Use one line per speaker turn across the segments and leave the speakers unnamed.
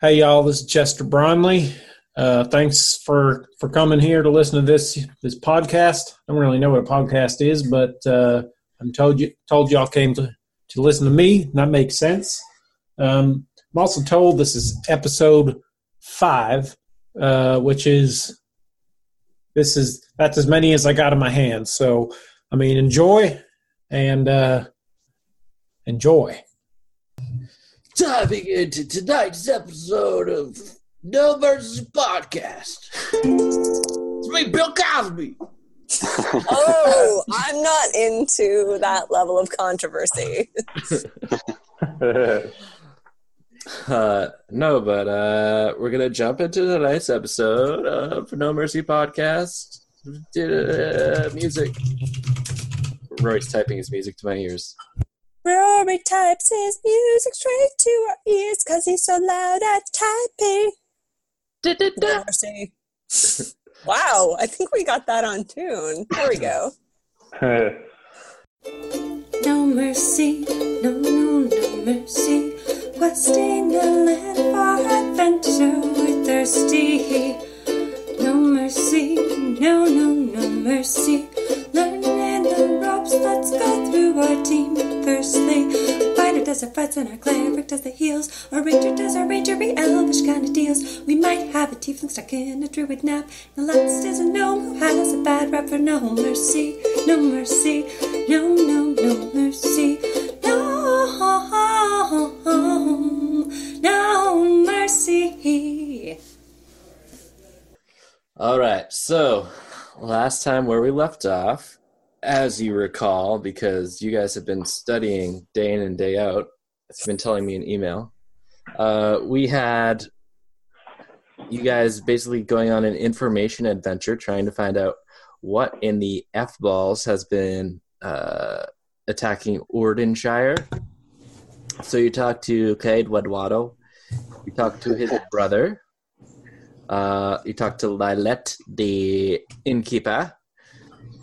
Hey y'all, this is Chester Bromley. Uh, thanks for for coming here to listen to this this podcast. I don't really know what a podcast is, but uh, I'm told you told y'all came to to listen to me. and That makes sense. Um, I'm also told this is episode five, uh, which is this is that's as many as I got in my hands. So I mean, enjoy and uh, enjoy.
diving into tonight's episode of No Versus Podcast. it's me, Bill Cosby.
Oh, I'm not into that level of controversy.
Uh, no, but uh, we're gonna jump into tonight's episode of No Mercy Podcast. Uh, music. Roy's typing his music to my ears.
Rory types his music straight to our ears because he's so loud at typing. Controversy. Wow, I think we got that on tune. There we go.
No mercy, no, no, no mercy. Questing the land for adventure, we're thirsty. No mercy, no, no, no mercy. Learning the ropes, let's go through our team firstly. A fighter does our fights and our cleric does the heals. Our ranger does our rangery, elvish kind of deals. We might have a tiefling stuck in a druid nap. The last is a gnome who has a bad rap for no mercy, no mercy, no, no, no mercy. No, no mercy.
All right, so last time where we left off, as you recall, because you guys have been studying day in and day out, it's been telling me an email. Uh, we had you guys basically going on an information adventure trying to find out what in the F balls has been uh, attacking Ordenshire. So you talked to Cade Wedwato, you talked to his brother. Uh, you talk to Lilette, the innkeeper,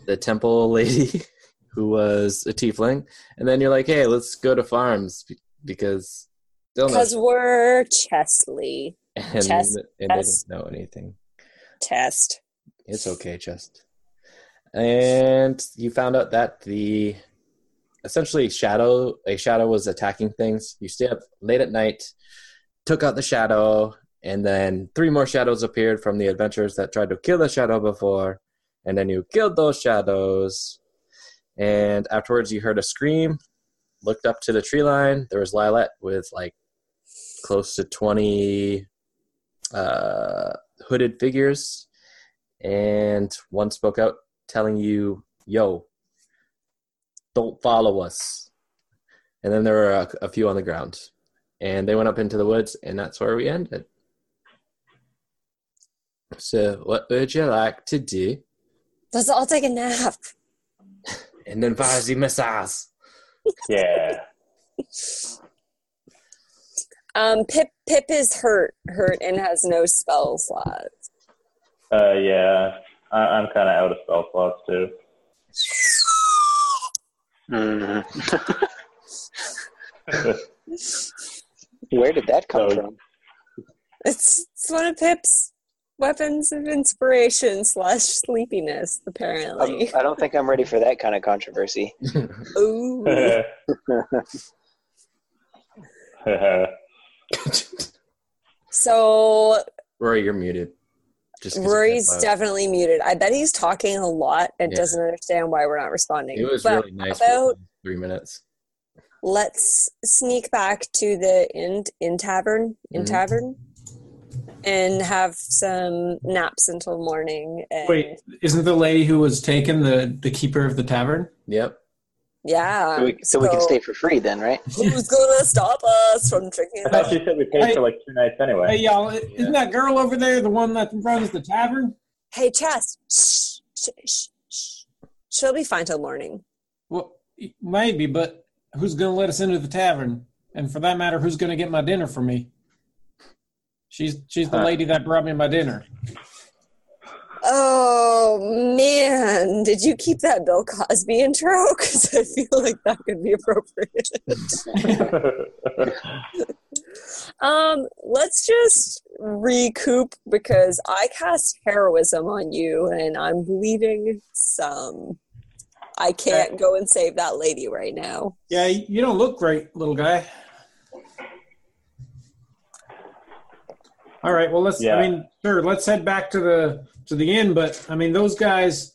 the temple lady, who was a tiefling, and then you're like, "Hey, let's go to farms be- because they'll know."
Because we're Chesley.
And,
chest,
and they
chest.
didn't know anything.
Test.
It's okay, chest. And you found out that the essentially shadow a shadow was attacking things. You stayed up late at night, took out the shadow, and then three more shadows appeared from the adventurers that tried to kill the shadow before, and then you killed those shadows. And afterwards you heard a scream, looked up to the tree line, there was Lilat with like close to twenty uh hooded figures and one spoke out telling you, "Yo, don't follow us." And then there were a, a few on the ground, and they went up into the woods, and that's where we ended. So, what would you like to do?
Let's all take a nap.
And then Vazi Massage.
Yeah.
Um, Pip Pip is hurt, hurt, and has no spell slots.
Uh, yeah. I- I'm kind of out of spell slots too.
Where did that come
So-
from?
It's, it's one of Pip's weapons of inspiration slash sleepiness,
I'm,
apparently.
I don't think I'm ready for that kind of controversy.
Ooh.
oh.
So
Rory, you're muted. Just 'cause you
Rory's
said that.
definitely muted. I bet he's talking a lot and
Yeah.
doesn't understand why we're not responding.
It was
But
really nice.
about-
for three minutes.
let's sneak back to the inn in tavern in
Mm-hmm.
Mhm.
tavern and have some naps until morning. And
Wait, isn't the lady who was taken the the keeper of the tavern?
Yep.
yeah.
so we, so we can stay for free then, right?
Who's gonna stop us from drinking?
I thought you said we paid for like two nights anyway.
Hey y'all, i- isn't that girl over there the one that runs the tavern?
Hey, Chess. Shh, shh, shh, shh. She'll be fine till morning.
Well, y- maybe, but who's going to let us into the tavern? And for that matter, who's going to get my dinner for me? She's she's the
Huh.
lady that brought me my dinner.
Oh man, did you keep that Bill Cosby intro? Because I feel like that could be appropriate. Um, let's just recoup because I cast heroism on you and I'm bleeding some. I can't go and save that lady right now.
Yeah, you don't look great, little guy. All right, well let's
Yeah.
I mean, sure, let's head back to the to the inn, but I mean those guys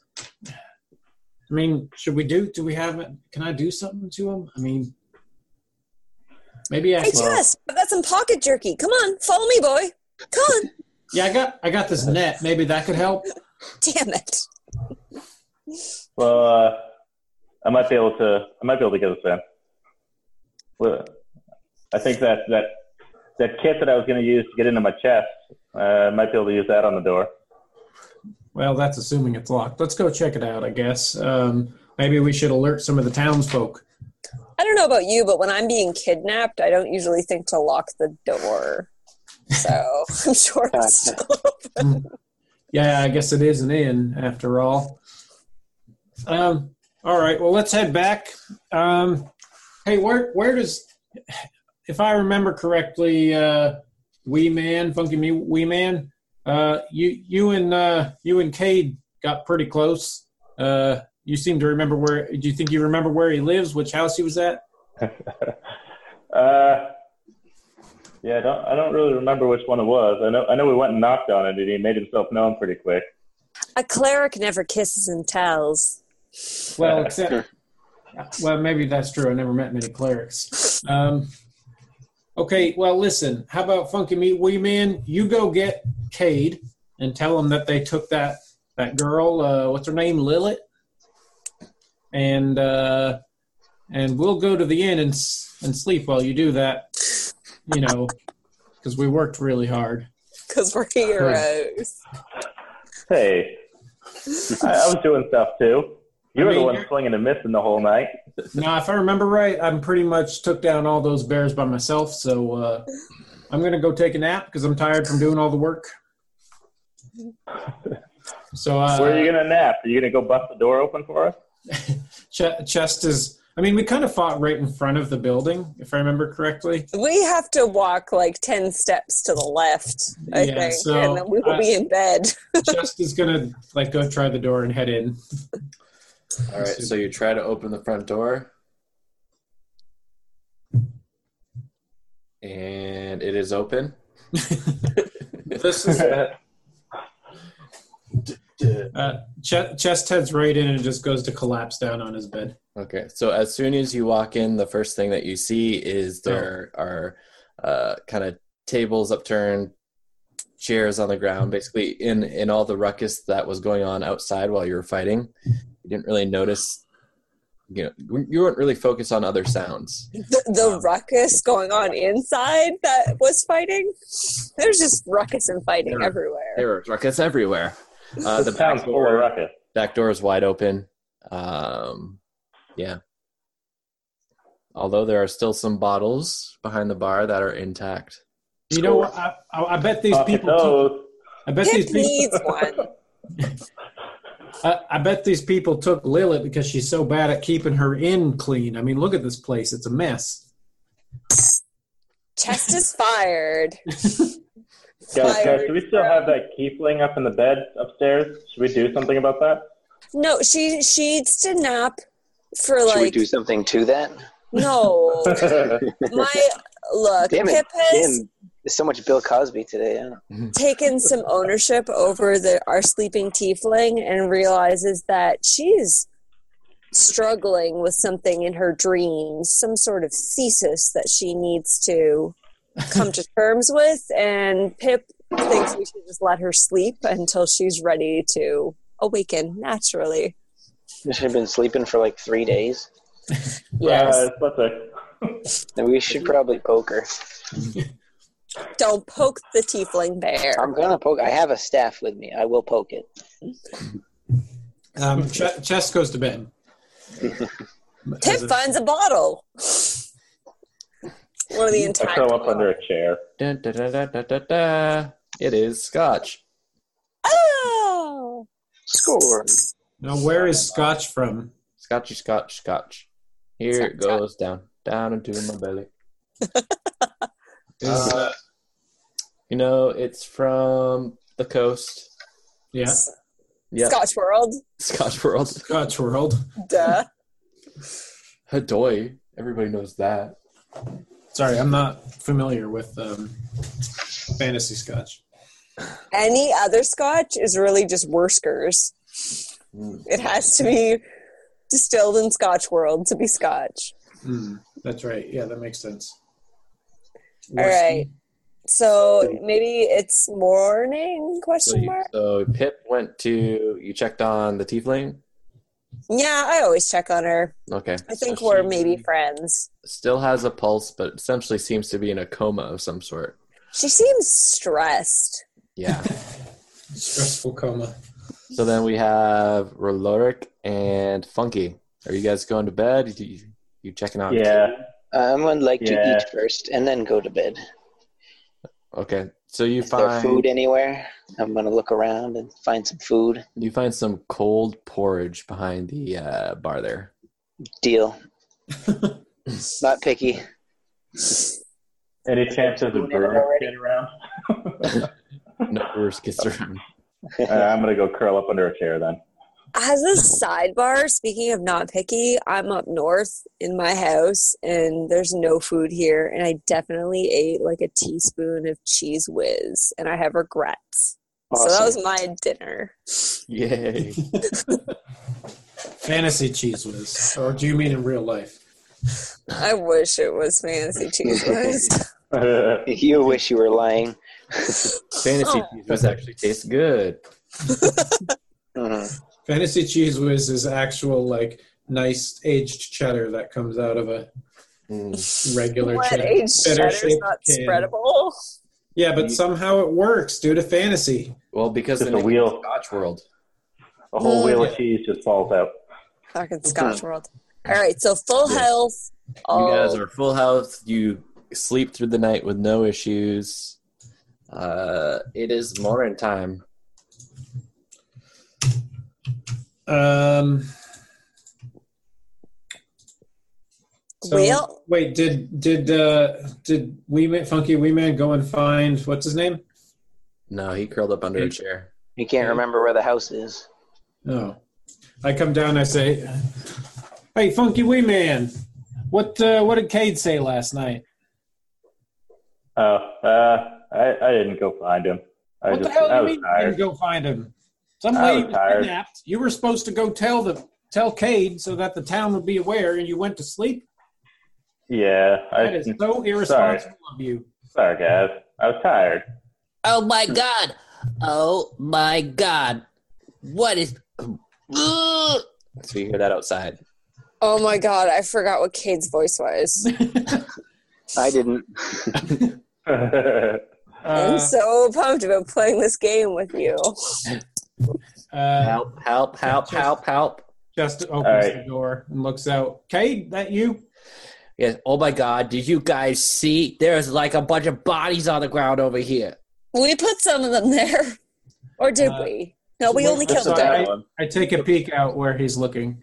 I mean, should we do do we have can I do something to them? I mean maybe
Hey,
ask
Jess, I've got some pocket jerky. Come on, follow me, boy. Come on.
Yeah, I got I got this net. Maybe that could help.
Damn it.
Well, uh, I might be able to. I might be able to get this in. Well, I think that that that kit that I was going to use to get into my chest, uh, I might be able to use that on the door.
Well, that's assuming it's locked. Let's go check it out, I guess. Um, maybe we should alert some of the townsfolk.
I don't know about you, but when I'm being kidnapped, I don't usually think to lock the door. So I'm sure it's still open.
Yeah, I guess it is an inn after all. Um, all right, well, let's head back. Um, hey, where where does, if I remember correctly, uh, Wee Man, Funky Me Wee Man, uh, you you and uh, you and Cade got pretty close. Uh, you seem to remember where. Do you think you remember where he lives? Which house he was at?
Uh, yeah, I don't. I don't really remember which one it was. I know. I know we went and knocked on it, and he made himself known pretty quick.
A cleric never kisses and tells.
Well, except, well, maybe that's true. I never met many clerics. Um, okay, well, listen. How about Funky Meat Wee Man? You go get Cade and tell him that they took that that girl. Uh, what's her name? Lilith. And uh, and we'll go to the inn and s- and sleep while you do that. You know, because we worked really hard.
Because we're heroes.
Hey, I, I was doing stuff too. You
I
were
mean,
the one
you're-
swinging and missing the whole night.
Now, if I remember right, I'm pretty much took down all those bears by myself. So uh, I'm gonna go take a nap because I'm tired from doing all the work. So uh,
Where are you gonna nap? Are you gonna go bust the door open for us?
Ch- chest is. I mean, we kind of fought right in front of the building, if I remember correctly.
We have to walk like 10 steps to the left, I
Yeah,
think,
so
and then we will
I-
be in bed.
Chest is gonna like go try the door and head in.
All right, so you try to open the front door. And it is open.
This is uh, Ch- chest heads right in and just goes to collapse down on his bed.
Okay, so as soon as you walk in, the first thing that you see is there are uh, kind of tables upturned, chairs on the ground. Basically, in in all the ruckus that was going on outside while you were fighting, you didn't really notice. You know, you weren't really focused on other sounds.
The, the ruckus going on inside that was fighting. There's just ruckus and fighting
Sure.
everywhere.
There was ruckus everywhere. Uh,
This
the
town's
back
full of
door,
ruckus.
back door is wide open. Um, yeah. Although there are still some bottles behind the bar that are intact.
You know, what? I, I, I bet these
Pocket
people.
those.
Took, I bet these
Pip
people.
needs one.
I, I bet these people took Lilith because she's so bad at keeping her inn clean. I mean, look at this place; it's a mess.
Chest is fired.
Guys, guys,
Fired
do we still have that keyfling up in the bed upstairs? Should we do something about that?
No, she she needs to nap for
Should we
like
do something to that?
no. My look,
Damn it,
Pip has
Damn, there's so much Bill Cosby today. I don't know.
taken some ownership over the our sleeping tiefling and realizes that she's struggling with something in her dreams, some sort of thesis that she needs to come to terms with. And Pip thinks we should just let her sleep until she's ready to awaken naturally.
She's been sleeping for like three days.
Yes.
Uh, let's say.
And we should probably poke her.
Don't poke the tiefling bear.
I'm gonna poke. I have a staff with me. I will poke it.
Um, Ch- Chest goes to bed.
Pip
As a-
finds a bottle. One of the
I
entire.
curl up under a chair.
Dun, da, da, da, da, da, da. It is scotch.
Oh!
Score.
now, where is Scotch from?
Scotchy, scotch, scotch. Here it
Scotch,
goes down, down into my belly.
Is,
Uh,
uh,
You know, it's from the coast.
yeah,
Yeah,
Scotch World.
Scotch World.
Scotch World.
Duh.
Hadoy. Everybody knows that.
Sorry, I'm not familiar with um, fantasy Scotch.
Any other Scotch is really just Worskers.
Mm.
It has to be distilled in Scotch World to be Scotch.
Mm, that's right. Yeah, that makes sense.
All right. So maybe it's morning?
So,
Question
you,
mark.
so Pip went to. You checked on the tiefling.
Yeah, I always check on her.
Okay.
I think
So
we're
she
maybe friends.
Still has a pulse, but essentially seems to be in a coma of some sort.
She seems stressed.
Yeah.
Stressful coma.
so then we have Roloric and Funky. Are you guys going to bed? You, you checking out?
Yeah.
Uh, I'm gonna like
Yeah.
to eat first and then go to bed.
Okay. So you
Is there
find
food anywhere? I'm gonna look around and find some food.
you find some cold porridge behind the uh, bar there.
Deal. Not picky.
Any chance there's a
Doing it
brewer
already.
kid around?
No brewers gets around.
Uh, I'm gonna go curl up under a chair then.
As a sidebar, speaking of not picky, I'm up north in my house and there's no food here. And I definitely ate like a teaspoon of cheese whiz and I have regrets. So that
Awesome.
was my dinner.
Yay!
Fantasy cheese whiz, or do you mean in real life?
I wish it was fancy cheese whiz.
You wish you were lying.
Fantasy
Oh.
cheese whiz actually tastes good. Mm-hmm.
Mhm.
Fantasy cheese whiz is actual like nice aged cheddar that comes out of a
Mm.
regular
What
cheddar.
age cheddar's
cheddar-shaped
not
can.
spreadable?
Yeah, but somehow it works due to fantasy.
Well, because
Just
they
a
make
wheel.
Scotch world.
A
Uh,
whole wheel of cheese just falls out.
Fucking Scotch world. All right, so full
Yeah.
health. Oh,
You guys
all-
Oh.
are full health. You sleep through the night with no issues. Uh, it is morning time.
Um, so,
Well-
wait, did did uh, did Wee Man, Funky Wee Man go and find what's his name?
No, he curled up under a chair.
You can't remember where the house is.
Oh, I come down. I say, "Hey, Funky Wee Man, what uh, what did Cade say last night?
Oh, uh, I, I didn't go find him. I
What
just
the hell do
I
you
was
mean you
tired.
didn't go find him? Some
I
lady
was
was
tired.
kidnapped. You were supposed to go tell the tell Cade so that the town would be aware, and you went to sleep.
Yeah, I
That is so irresponsible of you."
sorry guys. I was tired.
Oh my god. Oh my god. What is. Ugh.
So you hear that outside.
Oh my god, I forgot what Kate's voice was.
I didn't.
I'm
Uh,
so pumped about playing this game with you.
uh,
Help! Help! Help! Help! Help!
Justin opens
right.
the door and looks out. Cade, that you?
Yes. Oh my God! Did you guys see? There's like a bunch of bodies on the ground over here.
We put some of them there. Or did
Uh,
we? No, we
wait,
only
that's
killed
all
them.
right. I take a peek out where he's looking.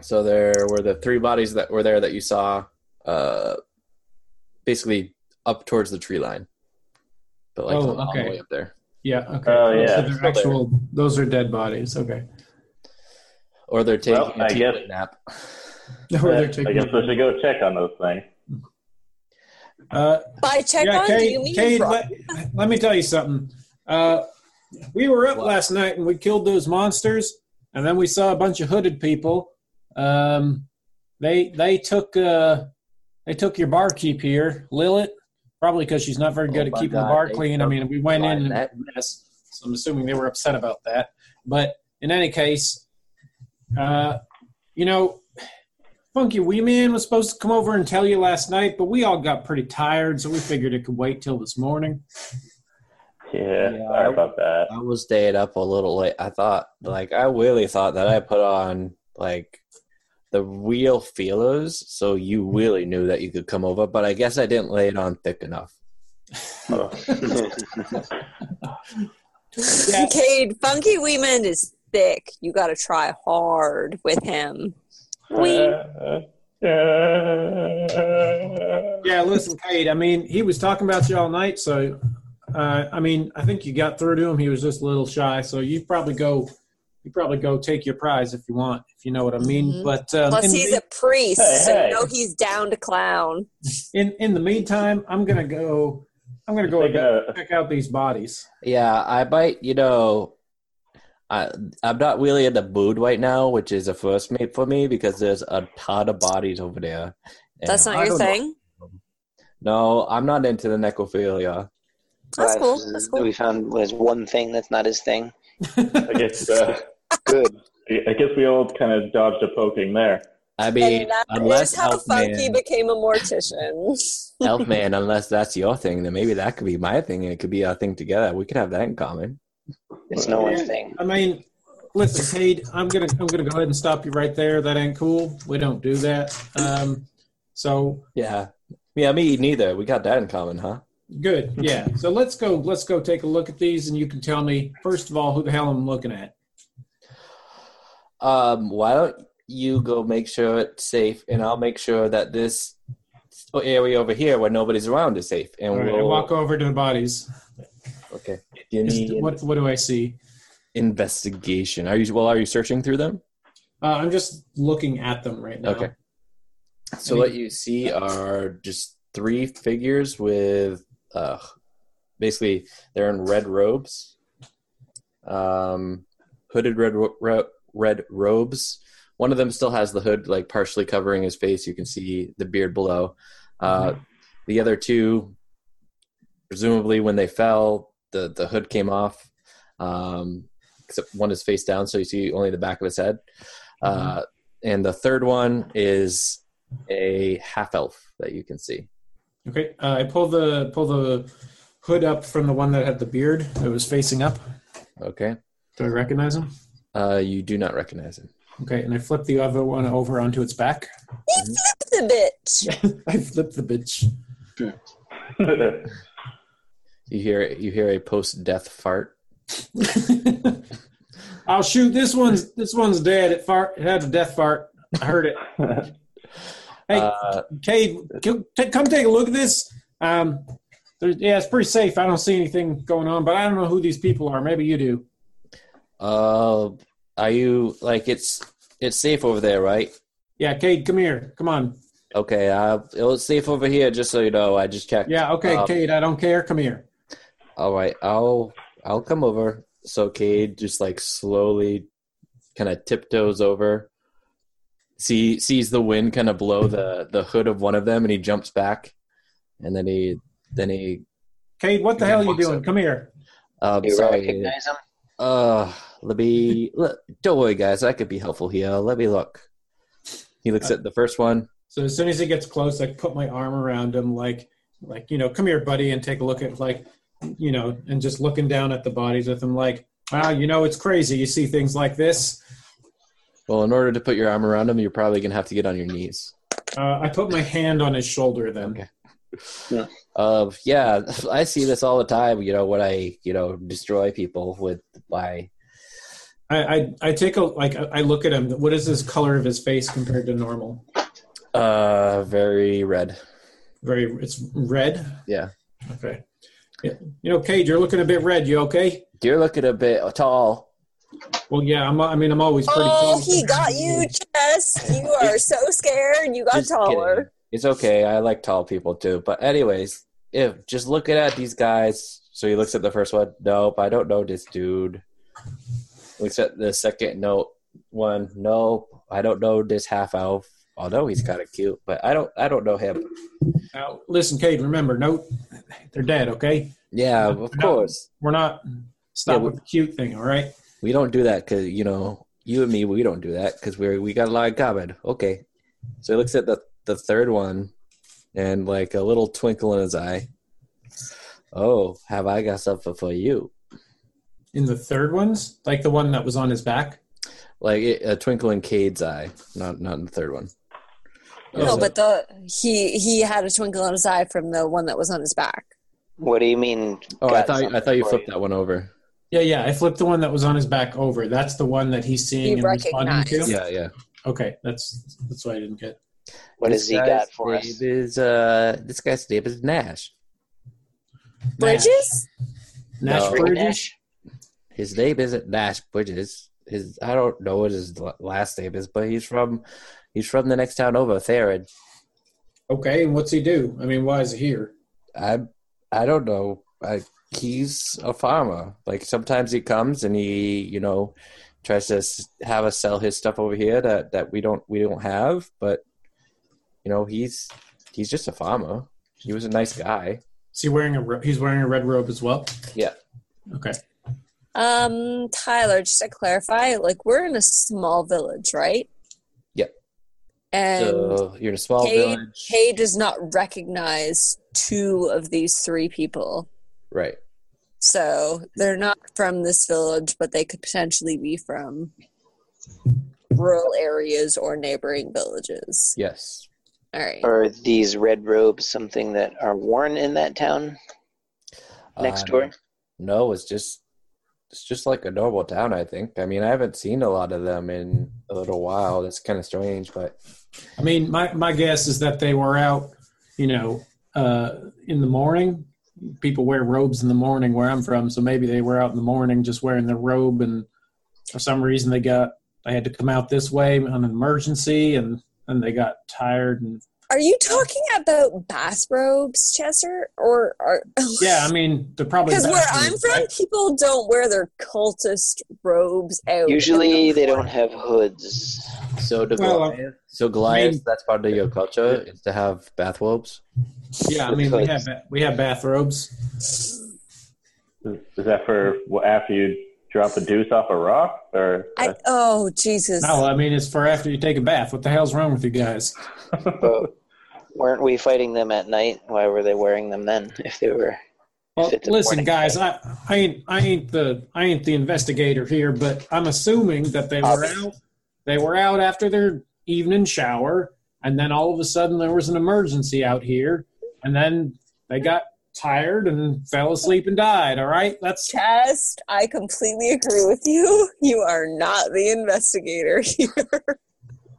So there were the three bodies that were there that you saw, uh, basically up towards the tree line, but like
Oh,
on, on the
okay.
way up there,
Yeah. Okay.
Oh,
Those
yeah,
Are
still
their
there.
actual. Those are dead bodies. Okay.
or they're taking
Well,
a
I
teeth
guess-
nap.
Where
I
they're
guess
taking-
we should go check on those things.
Uh,
By check
yeah,
on, do you
Cade.
mean
Cade
rob-
let, let me tell you something. Uh, we were up
What?
last night and we killed those monsters, and then we saw a bunch of hooded people. Um, they they took uh, they took your barkeep here, Lilith. Probably because she's not very good
Oh
at
my
keeping the
God,
bar
they
clean. I mean, we went in and
Lynette.
mess. So I'm assuming they were upset about that. But in any case, uh, you know, Funky Wee Man was supposed to come over and tell you last night, but we all got pretty tired, so we figured it could wait till this morning.
Yeah,
Yeah, I-
sorry about that.
I was stayed up a little late. I thought, like, I really thought that I put on like the real feelers, so you
Mm-hmm.
really knew that you could come over. But I guess I didn't lay it on thick enough.
Yeah.
Cade, Funky Weeman is thick. You gotta try hard with him. We
Uh,
Yeah, listen, Kate. I mean, he was talking about you all night, so uh, I mean, I think you got through to him. He was just a little shy, so you probably go, you probably go take your prize if you want, if you know what I mean.
Mhm.
But um,
Plus,
in the
he's a priest,
Hey,
so
hey.
you know he's down to clown.
in in the meantime, I'm gonna go. I'm gonna go
Taking a-
check out these bodies.
Yeah, I might, you know, I I'm not really in the mood right now, which is a first mate for me because there's a ton of bodies over there. And
That's
I
not
don't
your
know.
thing.
no, I'm not into the necrophilia.
That's
But
cool. That's cool.
We found was one thing that's not his thing.
I guess uh, good. I guess we all kind of dodged a poking there.
I mean,
And that
unless
is how Funky
Elfman,
became a mortician.
Elfman, unless that's your thing, then maybe that could be my thing, and it could be our thing together. We could have that in common.
It's no one's
Yeah.
thing.
I mean, listen, Cade. I'm gonna I'm gonna go ahead and stop you right there. That ain't cool. We don't do that. Um, so
Yeah, yeah, me neither. We got that in common, huh?
Good. Yeah. So let's go. Let's go take a look at these, and you can tell me first of all who the hell I'm looking at.
Um, why don't you go make sure it's safe, and I'll make sure that this area over here where nobody's around is safe. And
All right, I
we'll
walk over to the bodies.
okay. Give
Is-
me
What What do I see?
investigation. Are you well? Are you searching through them?
Uh, I'm just looking at them right now.
Okay. So
Any-
what you see are just three figures with, uh, basically they're in red robes, um, hooded red ro- ro- red robes. One of them still has the hood like partially covering his face. You can see the beard below. Uh, the other two, presumably when they fell, the the hood came off. Um, except one is face down, so you see only the back of his head. Uh,
Mm-hmm.
and the third one is a half elf that you can see.
Okay. Uh, I pull the pull the hood up from the one that had the beard that was facing up.
Okay.
Do I recognize him?
Uh, you do not recognize him.
Okay. And I flip the other one over onto its back.
the bitch.
I flip the bitch.
You hear you hear a post death fart.
I'll Oh, shoot this one's. This one's dead. It fart. It had a death fart. I heard it. Hey,
Uh,
Cade, go- ta- come take a look at this. Um, there, yeah, it's pretty safe. I don't see anything going on, but I don't know who these people are. Maybe you do.
uh, are you like it's it's safe over there, right?
Yeah, Cade, come here. Come on.
Okay. Uh, it's safe over here. Just so you know, I just checked.
Yeah, okay,
Um,
Cade, I don't care. Come here.
All right, I'll I'll come over. So Cade just like slowly kind of tiptoes over. See sees the wind kind of blow the the hood of one of them and he jumps back. And then he then he
Cade, what the
He
hell are you
walks
doing?
up.
Come here.
uh
You
sorry.
recognize him?
Uh let me let, don't worry guys, I could be helpful here. Let me look. He looks at the first one.
So as soon as he gets close, I put my arm around him, like, like you know, come here, buddy, and take a look at, like, you know, and just looking down at the bodies with him, like, wow, you know, it's crazy. You see things like this.
Well, in order to put your arm around him, you're probably gonna have to get on your knees.
Uh, I put my hand on his shoulder then.
Okay. of Uh, yeah i see this all the time you know when i you know destroy people with my
I, I I take a like I I look at him. What is his color of his face compared to normal?
uh very red
Very, it's red.
Yeah.
Okay. Yeah. You know, Cade, you're looking a bit red. You okay?
you're looking a bit tall
Well, yeah. I'm. I mean, I'm always pretty.
Oh,
tall
he
compared
got
to
you, Chess. You are so scared. You got
Just kidding.
taller.
it's okay i like tall people too but anyways if just looking at these guys so he looks at the first one nope i don't know this dude looks at the second note one nope i don't know this half elf although he's kind of cute but i don't i don't know him
Now, listen, Cade. Remember, no, they're dead. Okay.
yeah of course
We're not. Stop
Yeah, we-
with the cute thing. All right.
We don't do that because you know you and me. We don't do that because we we got a lot in common. Okay, so he looks at the the third one, and like a little twinkle in his eye. Oh, have I got something for you?
In the third ones, like the one that was on his back.
Like it, a twinkle in Cade's eye, not not in the third one.
No,
Yeah.
but the he he had a twinkle in his eye from the one that was on his back.
What do you mean?
Oh, I
got
thought I
something
thought you
for
flipped that one over.
Yeah, yeah. I flipped the one that was on his back over. That's the one that he's seeing and
You
responding to.
recognize.
Yeah, yeah.
Okay. That's that's what I didn't get.
What
This
has he
guy's
got for
name
us?
Is, uh, this guy's name is Nash.
Bridges?
Nash
No.
Bridges?
Nash?
His name isn't Nash Bridges. His I don't know what his la- last name is, but he's from he's from the next town over, Theron.
Okay, and what's he do? I mean, why is he here?
I I don't know. I, he's a farmer. Like sometimes he comes and he you know tries to s- have us sell his stuff over here that that we don't we don't have, but you know he's he's just a farmer. He was a nice guy.
Is he wearing a ro- he's wearing a red robe as well?
Yeah.
Okay.
Um, Tyler, just to clarify, like we're in a small village, right?
Yep.
And
so you're in a small
Cade-
village,
Kay does not recognize two of these three people.
right?
So they're not from this village, but they could potentially be from rural areas or neighboring villages.
Yes.
All right.
Are these red robes something that are worn in that town next
Uh,
door?
No, it's just it's just like a normal town, I think. I mean, I haven't seen a lot of them in a little while. That's kind of strange, but
I mean, my, my guess is that they were out, you know, uh, in the morning. People wear robes in the morning where I'm from, so maybe they were out in the morning just wearing their robe, and for some reason they got they had to come out this way on an emergency, and and they got tired. And
Are you talking about bathrobes, Chester? Or are
yeah, I mean, they're probably
because where I'm
bathrooms,
from,
right?
people don't wear their cultist robes out.
Usually they don't have hoods.
so to
Well,
Goliath, so Goliath,
mean-
that's part of your culture is to have bathrobes.
Yeah, I mean, we have ba- we have bathrobes.
Is, is that for well, after you drop a deuce off a rock, or uh,
I, oh Jesus!
No, I mean, it's for after you take a bath. What the hell's wrong with you guys?
But weren't we fighting them at night? Why were they wearing them then? If they were,
Well,
If it's a
listen,
morning
guys, I, I ain't I ain't the I ain't the investigator here, but I'm assuming that they were out they were out after their evening shower, and then all of a sudden there was an emergency out here, and then they got tired and fell asleep and died. All right, that's
Chest, I completely agree with you. You are not the investigator here.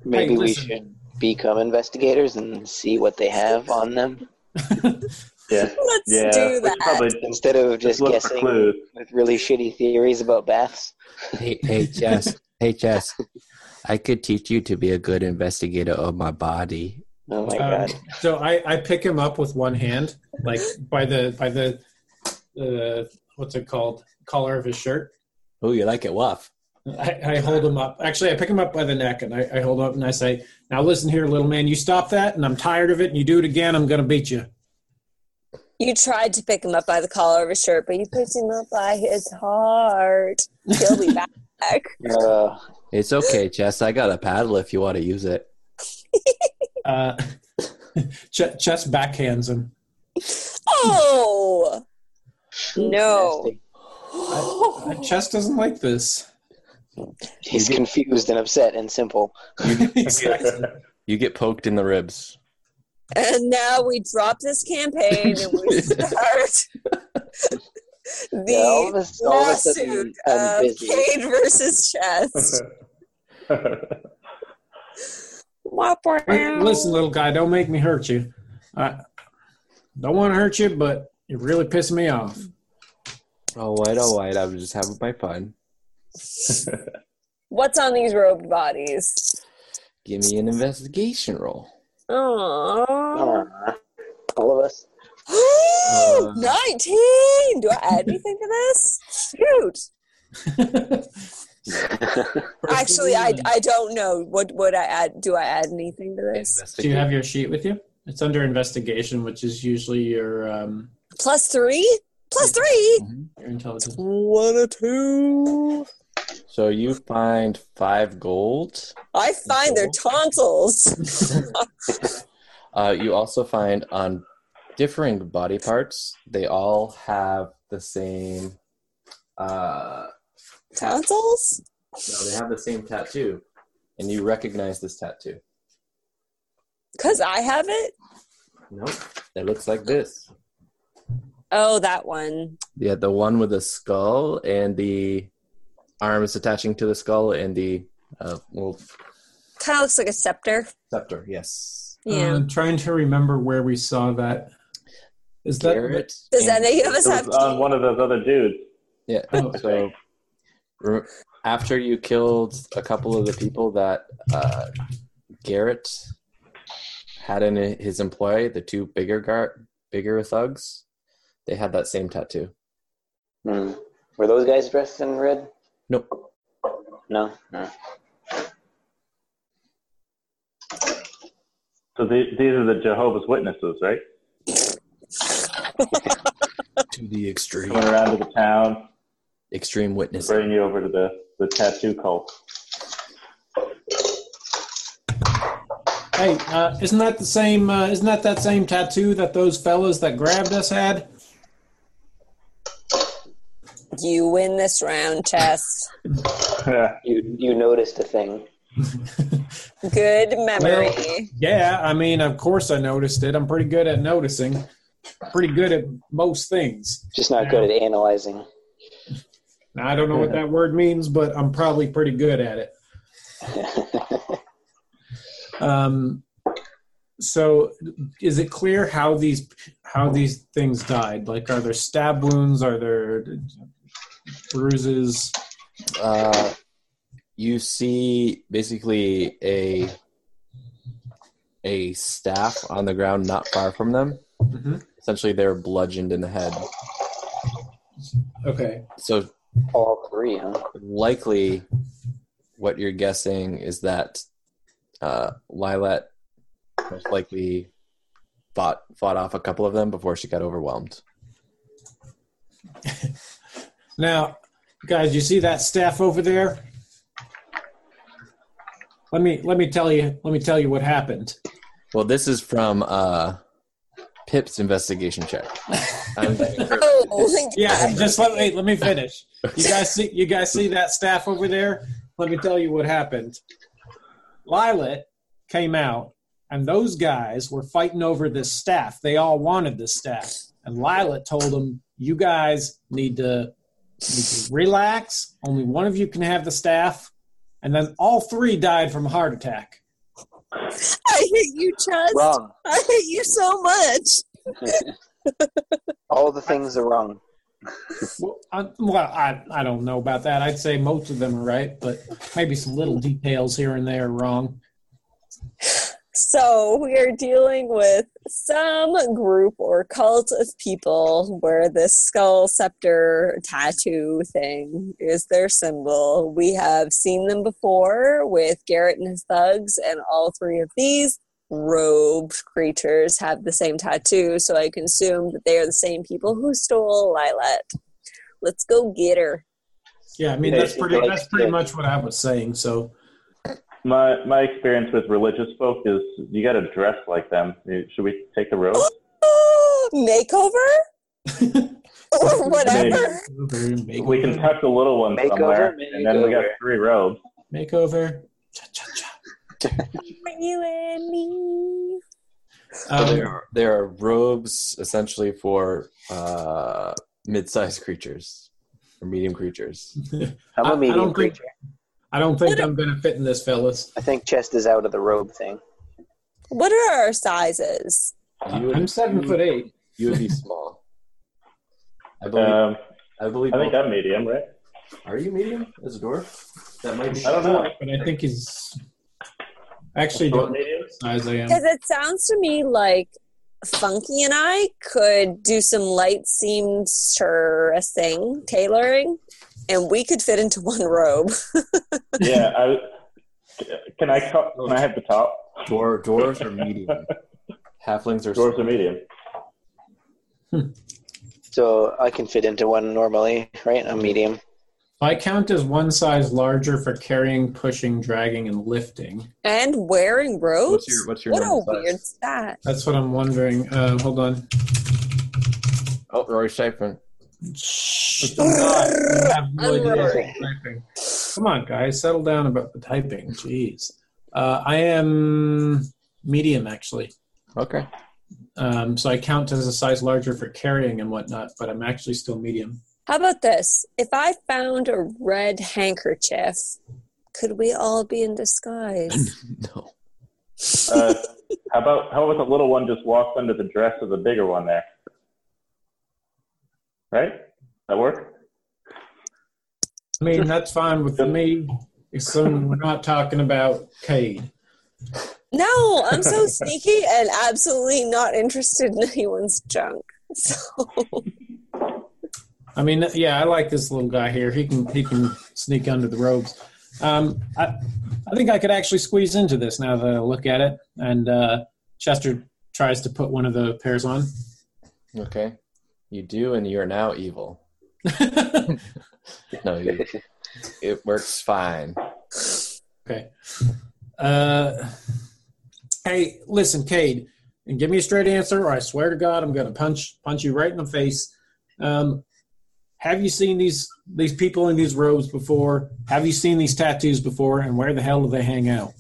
maybe we
listen.
should become investigators and see what they have on them
yeah,
Let's
yeah,
do
we
that.
should probably
instead of just
just look for
guessing
clues.
with really shitty theories about baths.
Hey, hey, Jess, hey, Jess, I could teach you to be a good investigator of my body.
Oh my
Um,
god!
so I, I pick him up with one hand, like by the by the uh, what's it called collar of his shirt.
Oh, you like it rough?
I, I hold him up. Actually, I pick him up by the neck and I, I hold up and I say, "Now listen here, little man. You stop that, and I'm tired of it. And you do it again, I'm going to beat you."
You tried to pick him up by the collar of his shirt, but you picked him up by his heart. He'll be back.
Uh,
It's okay, Jess. I got a paddle if you want to use it.
Uh, Ch- Chess backhands him.
oh no!
nasty.
Uh, Chess doesn't like this.
He's confused and upset and simple.
Exactly.
You get poked in the ribs.
And now we drop this campaign and we start
Yeah, all
the
of
uh,
a, all of a sudden,
lawsuit
I'm
of
busy.
Cade versus Chest. Womp
Hey,
womp.
listen, little guy, don't make me hurt you. I don't want to hurt you, but you really pissed me off.
Oh, white, oh, white. I'm just having my fun.
What's on these robed bodies?
Give me an investigation roll.
Aww.
Aw. All of us.
19! Do I add anything to this? Shoot! Actually, I, I don't know. What would I add? Do I add anything to this?
Do you have your sheet with you? It's under investigation, which is usually your um,
Plus three? Plus three!
your intelligence.
One or two.
So you find five gold.
I find their tonsils.
Uh, you also find on differing body parts, they all have the same. Uh,
tonsils?
no, they have the same tattoo, and you recognize this tattoo.
Because I have it?
Nope, it looks like this.
Oh, that one.
Yeah, the one with the skull and the arms attaching to the skull and the uh, little
Kind of looks like a scepter.
Scepter, yes.
Yeah.
I'm trying to remember where we saw that. Is that
Garrett.
Does
and-
any of us
It
have?
was on
Teeth?
one of those other dudes.
Yeah.
Oh.
So re- after you killed a couple of the people that uh, Garrett had in his employ, the two bigger gar- bigger thugs, they had that same tattoo.
Hmm. Were those guys dressed in red?
Nope.
No. no.
So these, these are the Jehovah's Witnesses, right?
To the extreme.
Coming around to the town,
Extreme witness.
bringing you over to the, the tattoo cult.
Hey, uh, isn't that the same? Uh, isn't that that same tattoo that those fellas that grabbed us had?
You win this round, Chess.
You you noticed a thing.
Good memory.
Yeah, I mean, of course I noticed it. I'm pretty good at noticing. Pretty good at most things.
Just not good at analyzing.
Now, I don't know what that word means, but I'm probably pretty good at it. Um, so, is it clear how these how these things died? Like, are there stab wounds? Are there bruises?
Uh, you see basically a a staff on the ground not far from them.
Mhm.
Essentially, they're bludgeoned in the head.
Okay.
So
All three, huh?
likely what you're guessing is that uh, Lilat most likely fought fought off a couple of them before she got overwhelmed.
Now, guys, you see that staff over there? Let me let me tell you let me tell you what happened.
Well, this is from uh, Pip's investigation check. Um, I'm giving her-
Oh,
Yeah, just let me let me finish. You guys see you guys see that staff over there? Let me tell you what happened. Lilat came out and those guys were fighting over this staff. They all wanted this staff. And Lilat told them, "You guys need to, need to relax. Only one of you can have the staff." And then all three died from a heart attack.
I hate you, Chess.
Wrong.
I hate you so much.
All the things are wrong.
Well, I, well I, I don't know about that. I'd say most of them are right, but maybe some little details here and there are wrong.
So we are dealing with some group or cult of people where this skull scepter tattoo thing is their symbol. We have seen them before with Garrett and his thugs, and all three of these robed creatures have the same tattoo. So I can assume that they are the same people who stole Lilat. Let's go get her.
Yeah, I mean
Yeah,
that's
it's
pretty
like-
that's pretty much what I was saying. So
My my experience with religious folk is you got to dress like them. You- Should we take the road?
Makeover or whatever.
We can
makeover,
tuck the little one
Makeover,
somewhere, and then we got
makeover.
three robes.
makeover. Cha-cha-cha.
You and me.
So
Um,
there, are, there are robes essentially for uh, mid-sized creatures or medium creatures.
I'm
I- I
a medium
don't think-
creature.
I don't think I'm gonna fit in this, fellas.
I think chest is out of the robe thing.
What are our sizes?
You would-
I'm seven foot eight.
You would be small. I believe.
Um,
I believe.
I think I'm medium, right?
are you medium as a dwarf? That might be.
I don't know.
but I think he's actually don't
Short
know
medium?
what size I
Um,
am.
Because it sounds to me like Funky and I could do some light seamstressing, tailoring, and we could fit into one robe.
Yeah. I, can I co- can I have the top?
Dwar- dwarves are medium. Halflings are.
Dwarves are medium.
So I can fit into one normally, right? I'm medium.
I count as one size larger for carrying, pushing, dragging, and lifting.
And wearing robes?
What's your- what's your
what a
normal size?
weird stat.
That's what I'm wondering. Uh, hold on.
Oh, Rory Shifrin.
But they're not. You have no
I'm
idea what
roaring.
you're typing. Come on, guys, settle down about the typing. Jeez, uh, I am medium actually,
Okay.
um, so I count as a size larger for carrying and whatnot, but I'm actually still medium.
How about this? If I found a red handkerchief, Could we all be in disguise?
no.
Uh, how about how about the little one just walks under the dress of the bigger one there? Right? That work?
I mean, that's fine with me, assuming we're not talking about Cade.
No, I'm so sneaky and absolutely not interested in anyone's junk. So
I mean, yeah, I like this little guy here. He can he can sneak under the robes. Um, I, I think I could actually squeeze into this now that I look at it. And uh, Chester tries to put one of the pairs on.
Okay. You do, and you're now evil. No, you, it works fine.
okay. Uh, hey, listen, Cade, and give me a straight answer, or I swear to God, I'm going to punch punch you right in the face. Um, have you seen these these people in these robes before? Have you seen these tattoos before? And where the hell do they hang out?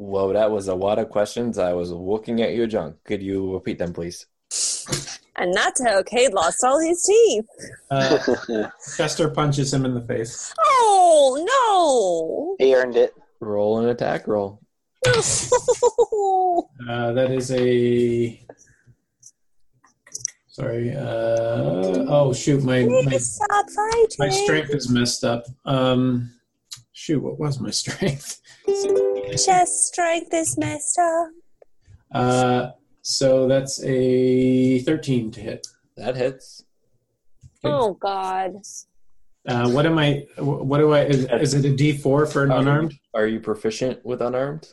Whoa, that was a lot of questions. I was looking at you, John. Could you repeat them, please?
and that's how Cade lost all his teeth.
Uh, Chester punches him in the face.
Oh
he earned it.
Roll an attack roll.
no.
Uh, that is a. Sorry. Uh, oh shoot, my, my
Please stop
my
fighting.
strength is messed up. Um, shoot, what was my strength?
Chest strength is messed up.
Uh, so that's a 13 to hit.
That hits.
Oh God.
Uh, what am I? What do I? Is, is it a D4 for an
Are you-
unarmed?
Are you proficient with unarmed?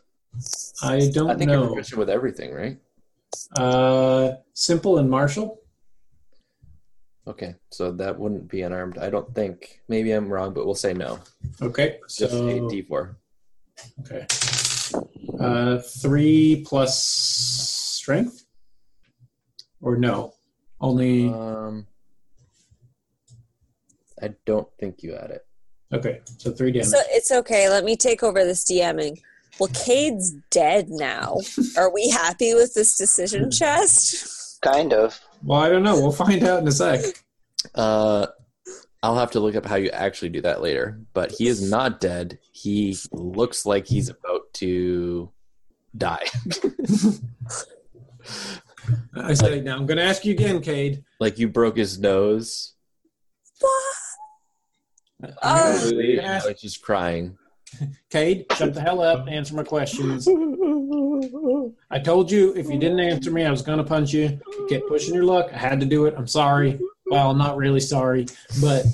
I
I
don't
think you're
know.
proficient with everything, right?
Uh, simple and martial.
Okay, so that wouldn't be unarmed. I don't think. Maybe I'm wrong, but we'll say no.
Okay,
Just a
so
D4.
okay, uh, three plus strength, or no, only
Um, I don't think you had it.
okay. So three damage.
So it's okay. Let me take over this DMing. Well, Cade's dead now. Are we happy with this
Hmm.
decision, Chest?
Kind of.
well, I don't know. We'll find out in a sec.
Uh, I'll have to look up how you actually do that later. But he is not dead. He looks like he's about to die.
I say now. I'm going to ask you again, Cade.
like you broke his nose.
Oh.
Uh, I'm
Really?
gonna ask-
Like just crying.
Cade, shut the hell up. Answer my questions. I told you if you didn't answer me, I was going to punch you. You kept pushing your luck. I had to do it. I'm sorry. Well, I'm not really sorry, but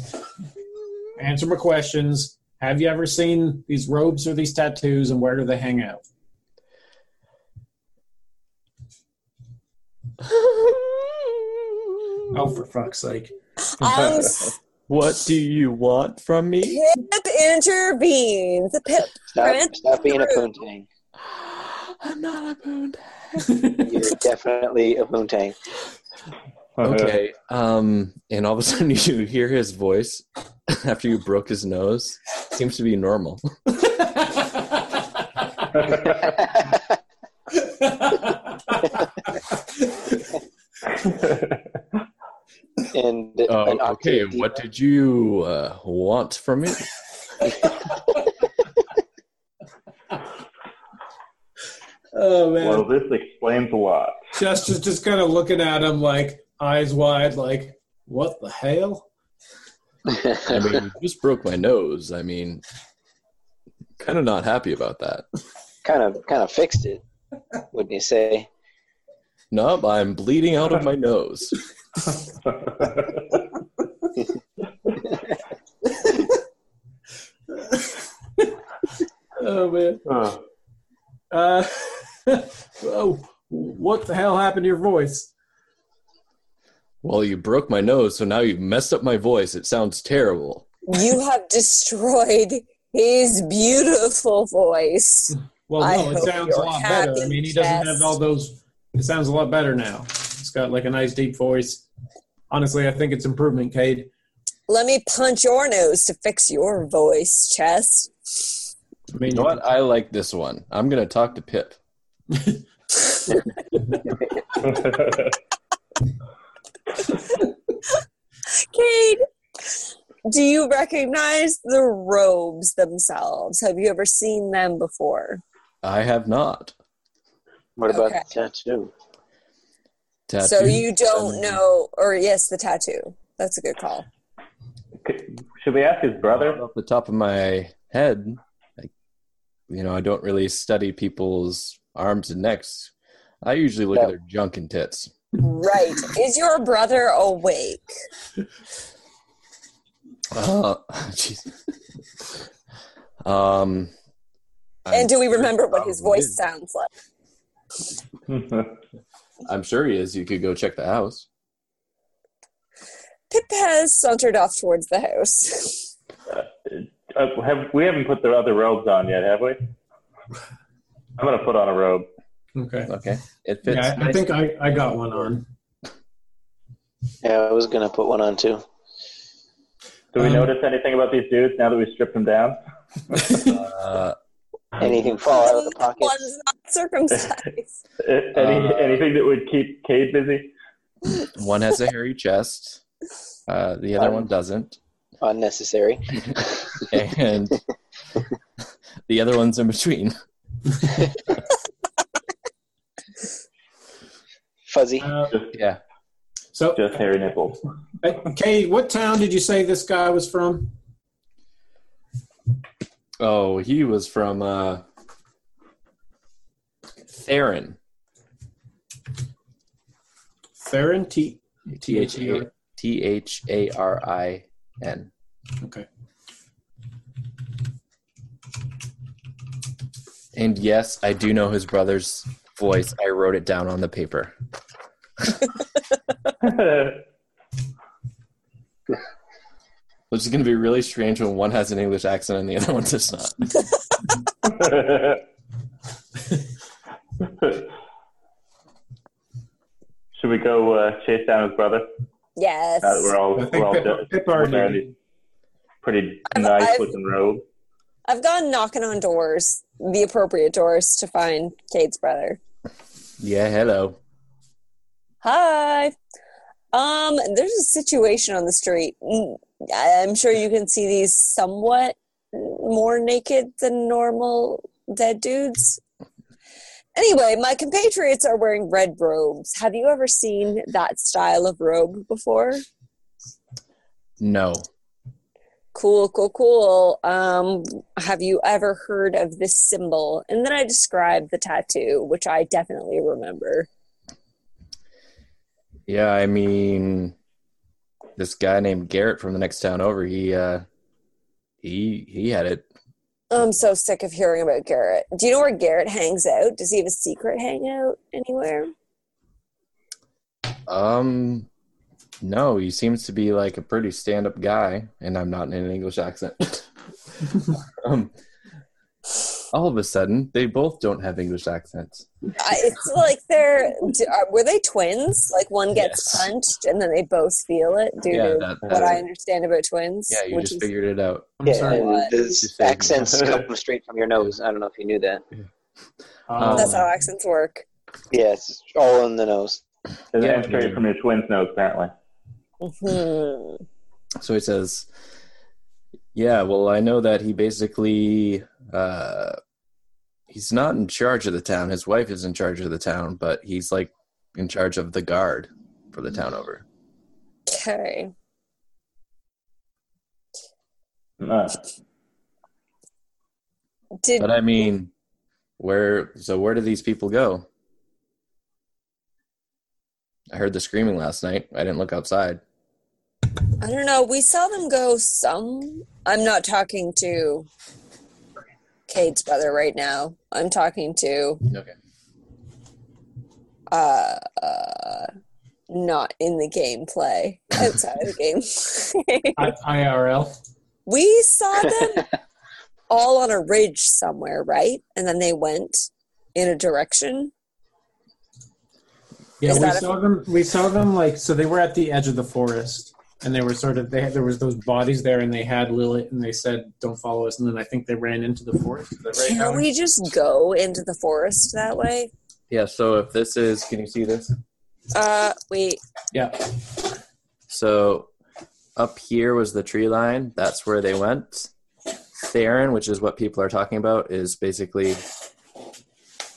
answer my questions. Have you ever seen these robes or these tattoos, and where do they hang out? Oh, for fuck's sake!
Um, s-
What do you want from me?
Pip intervenes. Pip,
Stop,
Friends
stop being a
through.
poontang.
I'm not a boon.
You're definitely a poontang.
Okay. Um, and all of a sudden you hear his voice after you broke his nose. Seems to be normal.
and
Oh,
an octave
okay.
deeper.
What did you uh, want from me?
oh man,
well, this explains a lot.
Chester's just kind of looking at him like eyes wide, like what the hell?
I mean, you just broke my nose. I mean, kind of not happy about that.
kind of kind of fixed it, wouldn't you say?
Nope, I'm bleeding out of my nose.
Oh man.
Huh.
Uh, oh, what the hell happened to your voice?
Well, you broke my nose, so now you've messed up my voice. It sounds terrible.
you have destroyed his beautiful voice.
Well,
I
no, it
hope
sounds a
you're
lot better. I
happy,
mean, he doesn't
Jess.
have all those. It sounds a lot better now. It's got like a nice deep voice. Honestly, I think it's improvement, Cade.
Let me punch your nose to fix your voice, Chest.
I mean,
You know what? I like this one. I'm going to talk to Pip.
Cade, Do you recognize the robes themselves? Have you ever seen them before?
I have not.
What about
Okay.
the tattoo?
So
Tattoo.
you don't
Um,
know, or yes, the tattoo. That's a good call.
C- Should we ask his brother?
Off the top of my head, I, you know, I don't really study people's arms and necks. I usually look at their junk and tits.
Right. Is your brother awake?
Uh, jeez. um, I'm
And do we
sure
remember
he
what his
probably
voice
is.
sounds like?
Uh,
I'm sure he is. You could go check the house.
Pip has sauntered off towards the house.
Uh, have, we haven't put the other robes on yet, have we? I'm gonna put on a robe.
Okay.
Okay, it fits.
Yeah, I, I
nice.
think I, I got one on.
Yeah, I was gonna put one on too.
Do we
Um,
notice anything about these dudes now that we stripped them down?
Uh,
Anything fall out of the pocket?
One's not circumcised.
A- Any,
Uh,
anything that would keep Cade busy?
one has a hairy chest. Uh, the other one doesn't,
Unnecessary.
and the other one's in between.
Fuzzy.
Uh,
Yeah,
so,
Just hairy nipples.
uh, Kay, what town did you say this guy was from?
Oh, he was from uh Theron.
Theron T. E
T H A T H A R I N.
Okay.
And yes, I do know his brother's voice. I wrote it down on the paper. Which is gonna be really strange when one has an English accent and the other one does not.
Should we go uh, chase down his brother?
Yes.
Now that we're all,
I
we're all
think
done-
Pip, Pip
we're wearing
already.
these pretty
I've-
nice
I've-
looking robe.
I've gone knocking on doors, the appropriate doors, to find Cade's brother.
Yeah, hello.
Hi. Um, there's a situation on the street. Mm, I'm sure you can see these somewhat more naked than normal dead dudes. Anyway, my compatriots are wearing red robes. Have you ever seen that style of robe before?
No.
Cool, cool, cool. Um, have you ever heard of this symbol? And then I describe the tattoo, which I definitely remember.
Yeah, I mean this guy named Garrett from the next town over, he uh he he had it.
I'm so sick of hearing about Garrett. Do you know where Garrett hangs out? Does he have a secret hangout anywhere?
Um, no, he seems to be like a pretty stand-up guy, and I'm not in an English accent. um, all of a sudden, they both don't have English accents.
I, it's like they're d- are, were they twins? Like one gets
Yes.
punched and then they both feel it due
Yeah,
to
that-
what
that-
I understand about twins.
Yeah, you
which
just
is-
figured it out.
I'm
Yeah,
sorry.
and
Just
these
saying.
accents come straight from your nose. I don't know if you knew that.
Um,
that's how accents work.
Yeah, it's all in the nose.
And
Yeah.
then straight from your twin's nose, apparently.
Hmm.
So he says, "Yeah, well, I know that he basically uh, he's not in charge of the town. His wife is in charge of the town, but he's like in charge of the guard for the town over."
Okay.
Uh,
Did
But I mean, where? So where do these people go? I heard the screaming last night. I didn't look outside.
I don't know. We saw them go some. I'm not talking to Cade's brother right now. I'm talking to
Okay.
uh, uh not in the gameplay outside of the game.
I- IRL.
we saw them all on a ridge somewhere, right? And then they went in a direction.
Yeah,
Is
we
that a-
saw them. We saw them like so. They were at the edge of the forest, and they were sort of they, there was those bodies there, and they had Lilith, and they said, "Don't follow us." And then I think they ran into the forest. Is that right?
Can
Alan?
we just go into the forest that way?
Yeah. So if this is, can you see this?
Uh, wait.
yeah.
So up here was the tree line. That's where they went. Theron, which is what people are talking about, is basically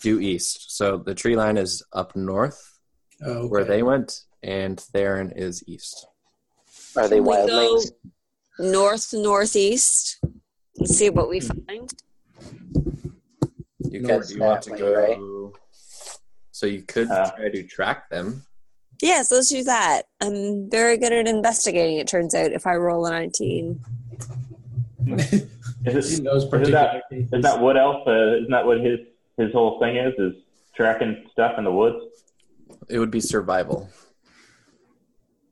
due east. So the tree line is up north
Oh,
where they went, and Theron is east.
Are they
Can we go
wildlings?
north northeast and see what we find?
You can
North
you want
that
to
way,
go. So you could
Uh.
try to track them.
Yes, let's do that. I'm very good at investigating. It turns out if I roll a 19,
Is
In
it,
those particular cases.
isn't that what else? Uh, isn't that what his his whole thing is? Is tracking stuff in the woods?
It would be survival.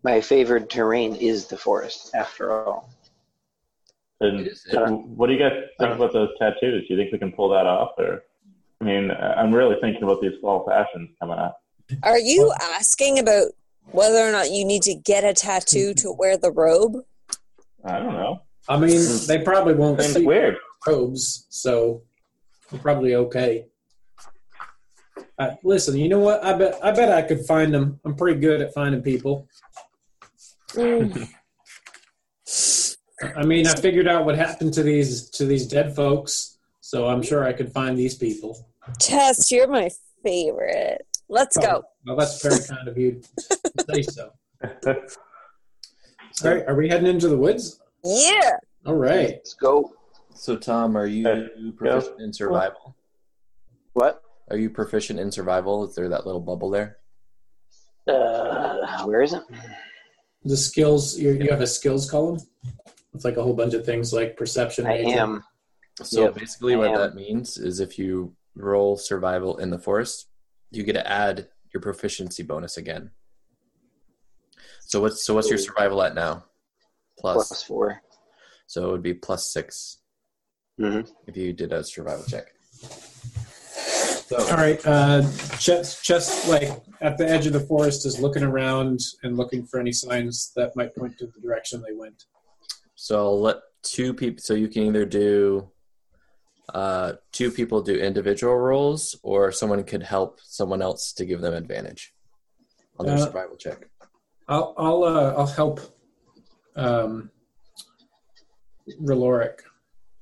My favorite terrain is the forest, after all.
And
Is it?
what do you guys think about those tattoos? Do you think we can pull that off? Or, I mean, I- I'm really thinking about these fall fashions coming up.
are you asking about whether or not you need to get a tattoo to wear the robe?
I don't know.
I mean, they probably won't
Seems
see
weird.
robes, so you're probably okay. Uh, listen, you know what? I bet I bet I could find them. I'm pretty good at finding people.
Mm,
I mean, I figured out what happened to these to these dead folks, so I'm sure I could find these people.
Tess, you're my favorite. Let's go.
Well, that's very kind of you to say so. All right, are we heading into the woods?
Yeah.
All right.
Let's go.
So Tom, are
Uh,
you proficient in survival?
What?
Are you proficient in survival? Is there that little bubble there?
Uh, where is it?
The skills you you have a skills column. It's like a whole bunch of things like perception.
I
nature.
am.
So
Yep.
basically, what
Um,
that means is if you roll survival in the forest, you get to add your proficiency bonus again. So what's so what's your survival at now? Plus,
Plus four.
so it would be plus six
Mhm.
if you did a survival check.
All right. Uh, just, just like at the edge of the forest, is looking around and looking for any signs that might point to the direction they went.
So I'll let two people. So you can either do uh, two people do individual rolls, or someone could help someone else to give them advantage on their
Uh,
survival check.
I'll, I'll, uh, I'll help. Um, Reloric.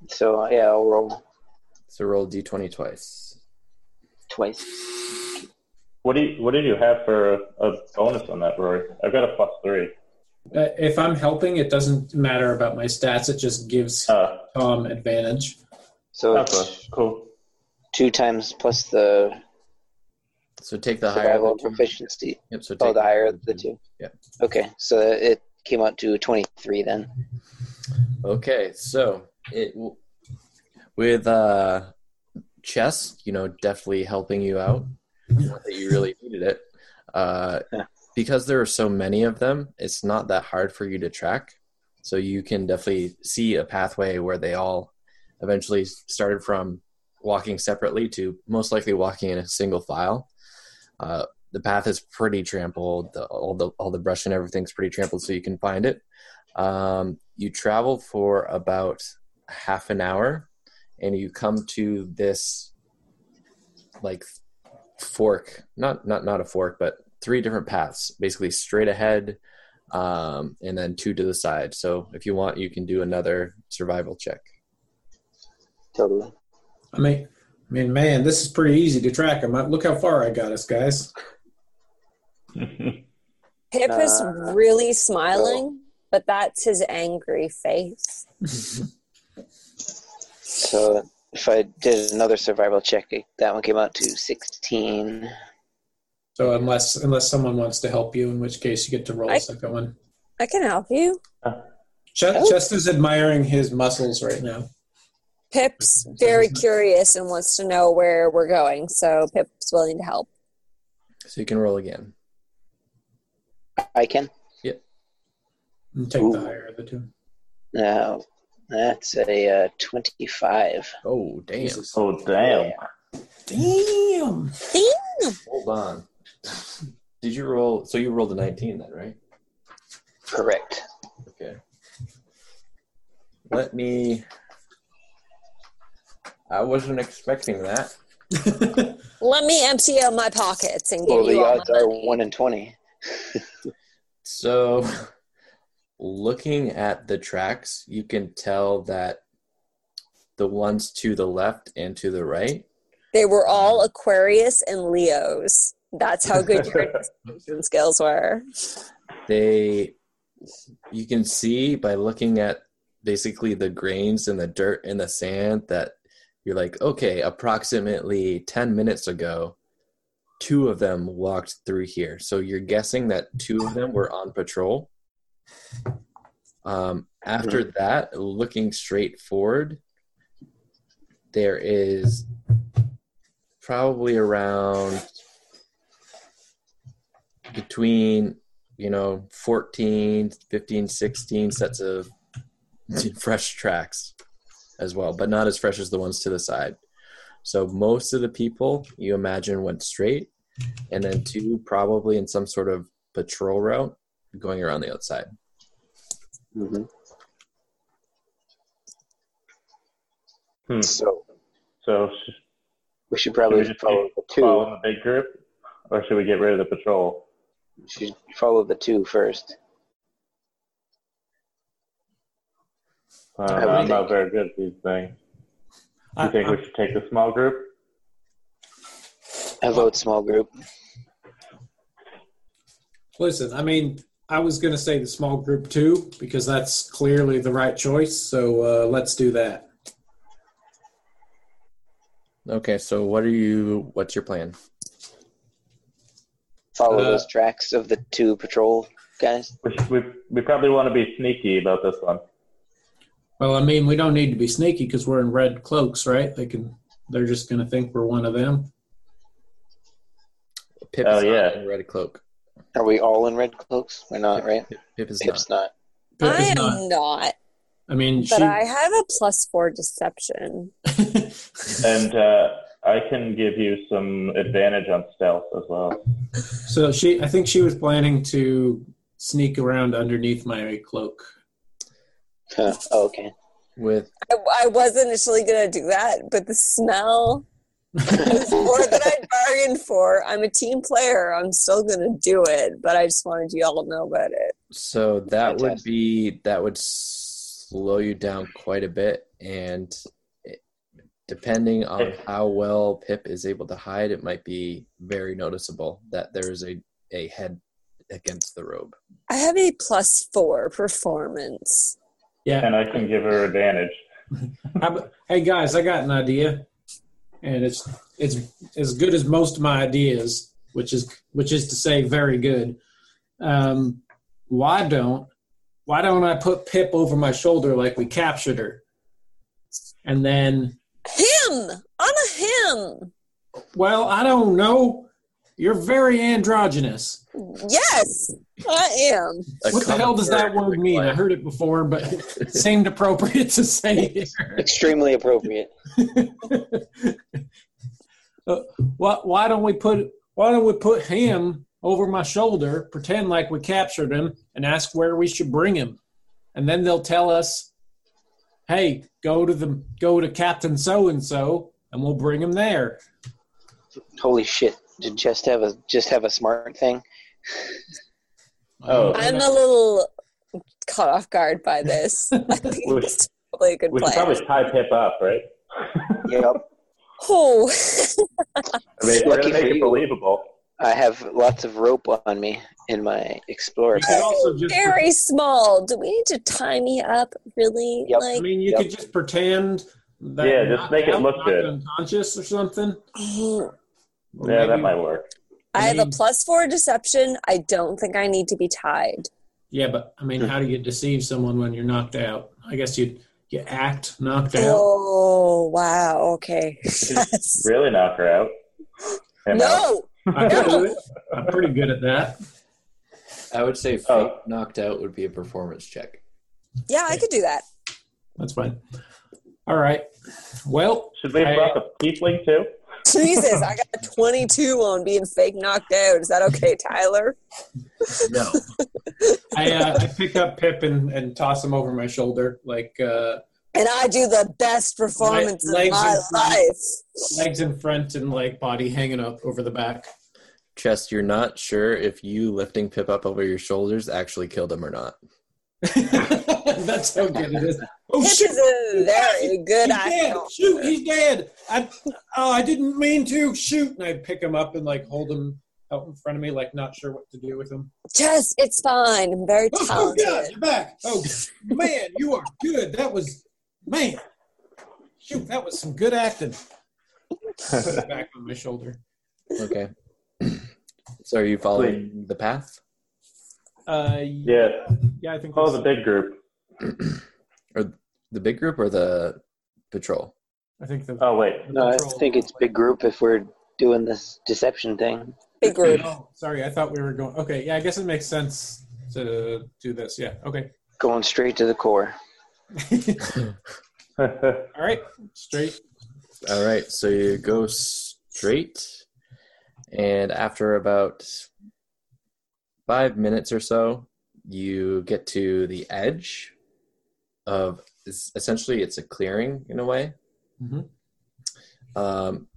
So yeah, I'll roll
So roll d20 twice.
twice.
What do you What did you have for a, a bonus on that, Rory? I've got a plus three.
Uh, if I'm helping, it doesn't matter about my stats. It just gives
Uh,
Tom advantage.
So it's
okay, cool.
two times plus the
So take the higher.
survival
of the two.
proficiency.
Yep, so
Oh,
take
the higher of the two.
Yeah.
Okay, so it came out to twenty-three then.
Okay, so it w- with uh chess, you know, definitely helping you out. Not that you really needed it. Uh,
Yeah.
because there are so many of them, it's not that hard for you to track. So you can definitely see a pathway where they all eventually started from walking separately to most likely walking in a single file. Uh, the path is pretty trampled. The, all the all the brush and everything's pretty trampled, so you can find it. Um, you travel for about half an hour, and you come to this like fork. Not not not a fork, but three different paths. Basically, straight ahead, um, and then two to the side. So if you want, you can do another survival check.
Totally.
I mean, I mean, man, this is pretty easy to track them. Look how far I got us, guys.
Pip is
Uh,
really smiling, but that's his angry face.
So if I did another survival check, it- that one came out to sixteen.
So unless unless someone wants to help you, in which case you get to roll a
I-
second one.
I can help you.
Ch- Chest is admiring his muscles right now.
Pip's very curious and wants to know where we're going, so Pip's willing to help.
So you can roll again.
I can.
And take
Ooh.
the higher of the two.
Now that's a uh, twenty-five.
Oh damn!
Jesus.
Oh damn!
Damn.
Hold on. Did you roll? So you rolled a nineteen then, right?
Correct.
Okay. Let me. I wasn't expecting that.
Let me empty out my pockets and give
Well,
you
the
all
odds
my
are
money.
one in twenty.
So, looking at the tracks, you can tell that the ones to the left and to the right.
They were all Aquarius and Leos. That's how good your interpretation skills were.
They, you can see by looking at basically the grains and the dirt and the sand that you're like, okay, approximately 10 minutes ago, two of them walked through here. So you're guessing that two of them were on patrol. Um, after that, looking straight forward, there is probably around between, you know, 14, 15, 16 sets of fresh tracks as well, but not as fresh as the ones to the side. So most of the people you imagine went straight, and then two probably in some sort of patrol route going around the outside.
Hmm.
So
So sh-
we should
should we
probably
just
follow
keep
the two.
following the big group, or should we get rid of the patrol?
We should follow the two first.
Uh, I'm not very good at these things. Do
I-
you think we should take the small group?
I vote small group.
Listen, I mean, I was going to say the small group too because that's clearly the right choice. So uh, let's do that.
Okay, so what are you? What's your plan?
Follow
Uh,
those tracks of the two patrol guys.
We, should, we, we probably want to be sneaky about this one.
Well, I mean, we don't need to be sneaky because we're in red cloaks, right? They can. They're just going to think we're one of them.
Pip
Oh,
is
yeah.
not in red cloak.
Are we all in red cloaks? We're not, right?
Pip, Pip is
Pip's
not.
not.
Pip
I
is
am
not.
not,
I mean,
but
she.
I have a plus four deception.
And uh, I can give you some advantage on stealth as well.
so she. I think she was planning to sneak around underneath my cloak.
Huh. Oh, okay.
With
I, I was initially going to do that, but the smell was more than I bargained for. I'm a team player. I'm still going to do it, but I just wanted you all to know about it.
so that would
Fantastic.
be that would slow you down quite a bit, and it, depending on how well Pip is able to hide, it might be very noticeable that there is a a head against the robe.
I have a plus four performance.
Yeah.
And I can give her advantage.
How about- hey guys, I got an idea, and it's it's as good as most of my ideas, which is which is to say, very good. Um, why don't why don't I put Pip over my shoulder like we captured her, and then
Him! I'm a him!
well, I don't know. You're very androgynous.
Yes, I am.
A
what the hell does that
common in
word
real
mean? I
life.
heard it before, but it seemed appropriate to say it here.
Extremely appropriate.
Uh, why, why don't we put why don't we put him over my shoulder pretend like we captured him and ask where we should bring him and then they'll tell us hey go to the go to captain so and so and we'll bring him there
Holy shit! To just have a just have a smart thing.
Oh.
I'm a little caught off guard by this. I think
We-
it's probably a good
We should
plan.
probably tie Pip up, right?
Yep.
Oh,
I mean, we're going
Lucky
to make
for
it
you.
believable.
I have lots of rope on me in my explorer
you could
pack.
also just pre-
very small. Do we need to tie me up? Really?
Yep.
i
Like,
mean you
Yep.
could just pretend that
Yeah,
you're
just
knocked
make it
out,
look
knocked
good.
unconscious or something
mm,
Or
Yeah, that
maybe-
might work.
I have a
mean-
plus four deception. I don't think I need to be tied.
yeah but i mean how do you deceive someone when you're knocked out i guess you you act knocked out
Oh wow. Okay. Yes.
Really knock her out. uh, Him out.
No.
I can do it. i'm pretty good at that
I would say fake
Oh.
knocked out would be a performance check.
Yeah, I could do that.
That's fine. All right. Well,
Should we have brought the tiefling too?
Jesus, I got a 22 on being fake knocked out. Is that okay, Tyler?
No.
I, uh, I pick up Pip and, and toss him over my shoulder, like uh,
And I do the best performance
Legs
of my
in front.
life.
legs in front and like body hanging up over the back.
Chest, you're not sure if you lifting Pip up over your shoulders actually killed him or not.
That's how good it is. Oh,
Pip
shoot.
is a very good
he's dead.
actor.
Shoot, he's dead. I, oh, I didn't mean to. Shoot. And I'd pick him up and like hold him out in front of me, like not sure what to do with him.
Just, it's fine. I'm very
Oh, oh God,
talented.
you're back. Oh, man, you are good. That was, man. Shoot, that was some good acting. Put it back on my shoulder.
Okay. so are you following the path?
Uh, yeah,
Yeah.
yeah, I think.
Follow
Oh,
that's-
the big group.
or the big group or the patrol?
I think the.
Oh wait.
the
No, I
patrol-
think it's big group if we're doing this deception thing.
Big group.
Oh, sorry, I thought we were going. Okay, yeah, I guess it makes sense to do this. Yeah, okay.
Going straight to the core.
Uh, All
All right, straight.
All right, so you go straight, and after about five minutes or so, you get to the edge of it's- essentially it's a clearing in a way. Mm-hmm.
Mhm.
Um,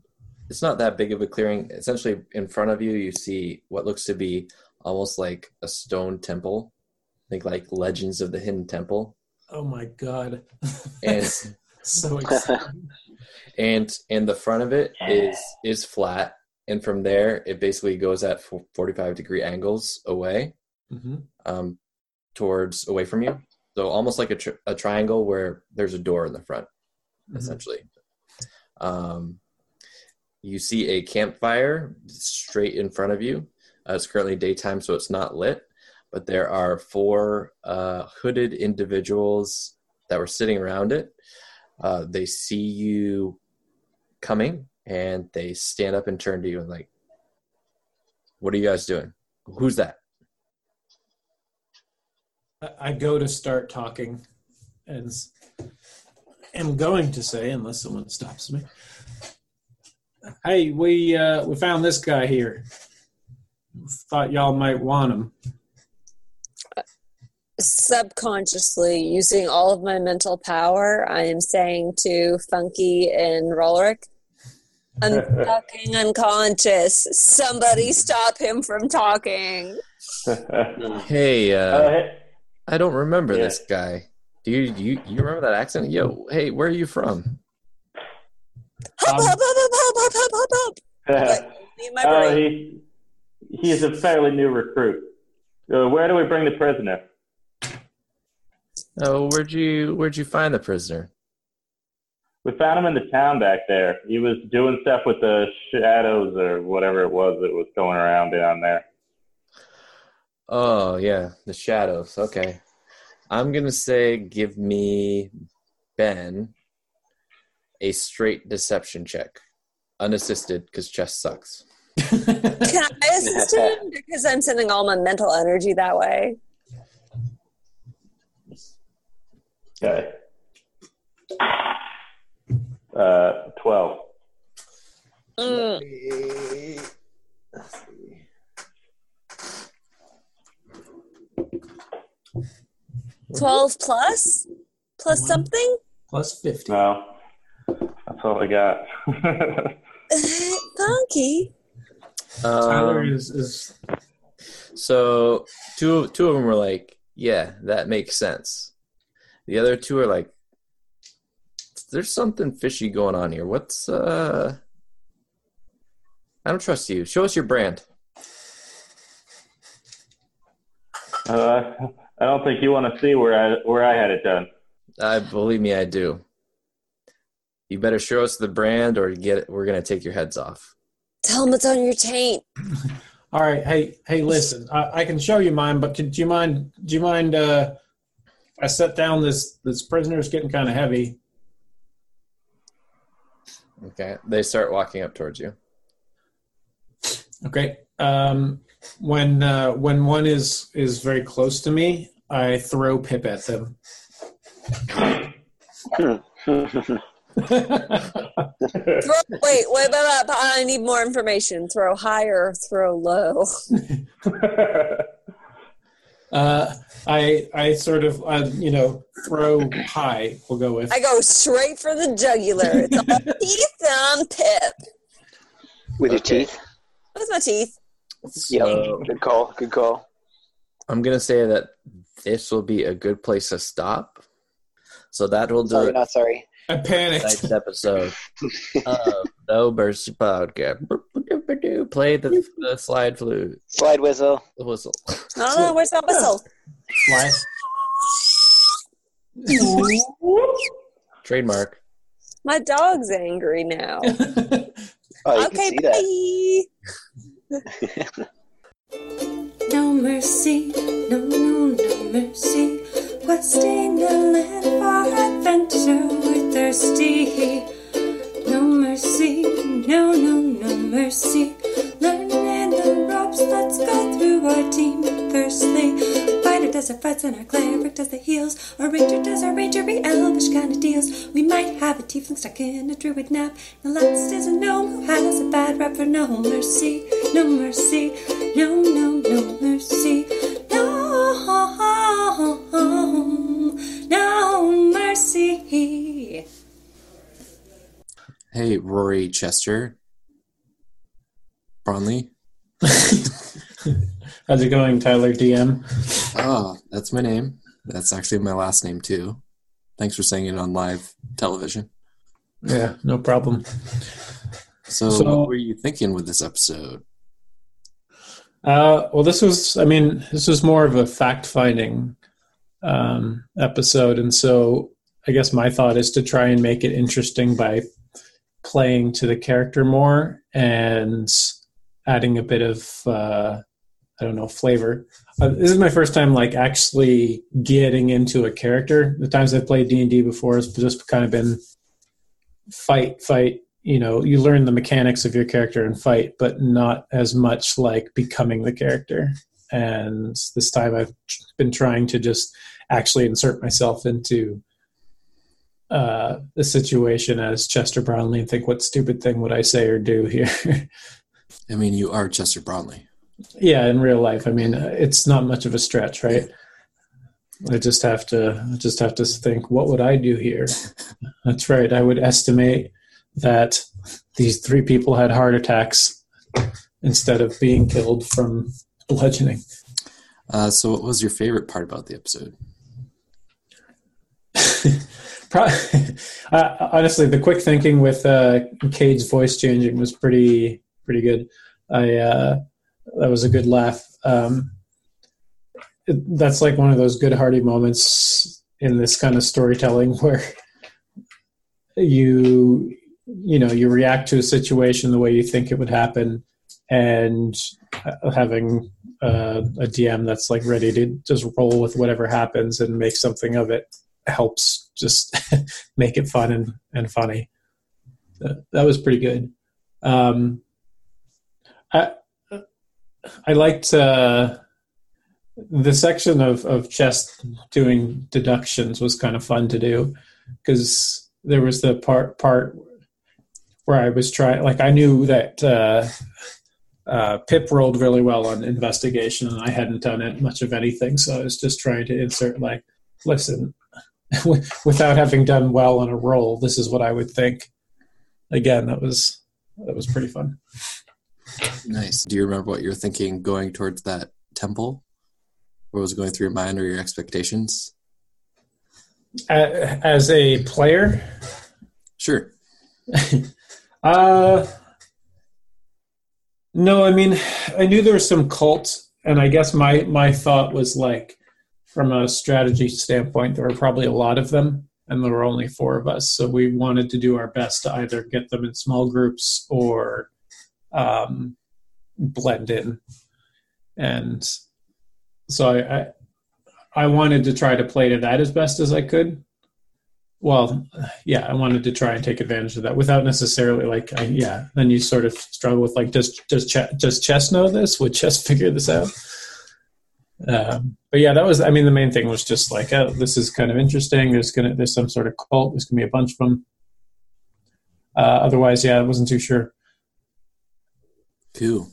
it's not that big of a clearing. Essentially, in front of you, you see what looks to be almost like a stone temple. think like Legends of the Hidden Temple,
Oh my god.
and
That's so exciting.
and and the front of it is is flat and from there it basically goes at fo- 45 degree angles away
Mhm.
um towards away from you so almost like a, tr- a triangle where there's a door in the front
Mm-hmm.
essentially um you see a campfire straight in front of you uh, it's currently daytime so it's not lit but there are four uh, hooded individuals that were sitting around it uh, they see you coming and they stand up and turn to you and like what are you guys doing who's that
I- I go to start talking and s- am going to say, unless someone stops me, hey, we uh, we found this guy here. Thought y'all might want him.
Subconsciously, using all of my mental power, I am saying to Funky and Rolrick, I'm fucking unconscious. Somebody stop him from talking.
hey uh,
Uh, hey,
i don't remember
yeah.
this guy do you, do you you remember that accent yo hey where are you from
Hop,
Um, uh,
hop, hop, hop, hop, hop, hop, hop. But me and my
oh,
brain.
he, he is a fairly new recruit. Uh, where do we bring the prisoner?
oh where'd you where'd you find the prisoner
We found him in the town back there. He was doing stuff with the shadows or whatever it was that was going around down there.
oh yeah the shadows okay i'm gonna say give me ben a straight deception check unassisted because chess sucks
Can I assist him? Because I'm sending all my mental energy that way.
Okay. Uh, 12.
Mm. Twelve plus plus something.
Plus 50.
No. That's all I got.
Funky.
Tyler
Um,
is, is
So two two of them were like, "Yeah, that makes sense." The other two are like, "There's something fishy going on here. What's uh?" I don't trust you. Show us your brand.
uh, I don't think you want to see where I, where I had it done.
I Uh, believe me, I do. You better show us the brand, or get it, we're gonna take your heads off.
Tell him it's on your taint.
all right. Hey, hey, listen, I, I can show you mine, but could, do you mind? Do you mind? Uh, I set down this this prisoner's getting kind of heavy.
Okay. They start walking up towards you.
Okay. Um, when uh, when one is is very close to me, I throw Pip at them.
Throw, wait, wait, wait, wait, I need more information. Throw higher, throw low.
uh, I I sort of I, you know throw high. We'll go with.
I go straight for the jugular. It's all teeth on pip.
With your
Okay.
teeth?
What's my teeth?
Yep.
So
Good call. Good call.
I'm gonna say that this will be a good place to stop. So that will do
Sorry,
it
not sorry.
I
for
panicked.
tonight's episode of No Mercy Podcast. Play the, the slide flute
Slide whistle.
the whistle.
No, no, where's that whistle?
Trademark.
My dog's angry now.
Oh, you
okay,
can see
bye.
that.
No mercy, no, no, no mercy. Questing a land for adventure, we're thirsty. No mercy, no, no, no mercy. Learning the ropes, let's go through our team firstly. A fighter does our fights and our cleric does the heals. Our ranger does our rangery, elvish kind of deals. We might have a tiefling stuck in a druid nap. And the last is a gnome who has a bad rap for no mercy, no mercy, no, no, no mercy. No, no mercy.
Hey, Rory Chester. Bronley.
How's it going, Tyler DM?
Oh, that's my name. That's actually my last name too. Thanks for saying it on live television.
Yeah, no problem.
So,
So-
what were you thinking with this episode?
Uh, well, this was, I mean, this was more of a fact finding um, episode. And so I guess my thought is to try and make it interesting by playing to the character more and adding a bit of, uh, I don't know, flavor. Uh, this is my first time like actually getting into a character. The times I've played D&D before has just kind of been fight, fight, you know you learn the mechanics of your character and fight but not as much like becoming the character and this time i've tr- been trying to just actually insert myself into uh, the situation as chester brownlee and think what stupid thing would i say or do here
I mean, you are Chester Bronley.
yeah in real life i mean uh, it's not much of a stretch right i just have to I just have to think what would i do here that's right i would estimate that these three people had heart attacks instead of being killed from bludgeoning
Uh, so, what was your favorite part about the episode?
Pro- uh, honestly, the quick thinking with uh, Cade's voice changing was pretty pretty good. I uh, that was a good laugh. Um, it- that's like one of those good hearty moments in this kind of storytelling where you you know you react to a situation the way you think it would happen, and uh, having uh, a DM that's like ready to just roll with whatever happens and make something of it helps just make it fun and, and funny. That, that was pretty good. Um, I I liked uh, the section of of chest doing deductions was kind of fun to do because there was the part part where I was trying like I knew that. Uh, uh, Pip rolled really well on investigation, and I hadn't done it much of anything, so I was just trying to insert like, listen, without having done well on a roll, this is what I would think. Again, that was that was pretty fun.
Nice. Do you remember what you're thinking going towards that temple? What was going through your mind or your expectations?
A- As a player,
Sure.
uh, no, I mean, I knew there was some cult, and I guess my my thought was like, from a strategy standpoint, there were probably a lot of them, and there were only four of us, so we wanted to do our best to either get them in small groups or um, blend in, and so I, I I wanted to try to play to that as best as I could. Well, yeah, I wanted to try and take advantage of that without necessarily like, I, yeah. Then you sort of struggle with like, does does Ch- does Chess know this? Would Chess figure this out? Um, but yeah, that was. I mean, the main thing was just like, oh, this is kind of interesting. There's gonna there's some sort of cult. There's gonna be a bunch of them. Uh, otherwise, yeah, I wasn't too sure.
Cool.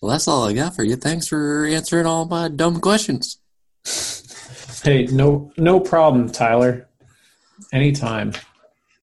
Well, that's all I got for you. Thanks for answering all my dumb questions.
Hey, no no problem, Tyler. Anytime.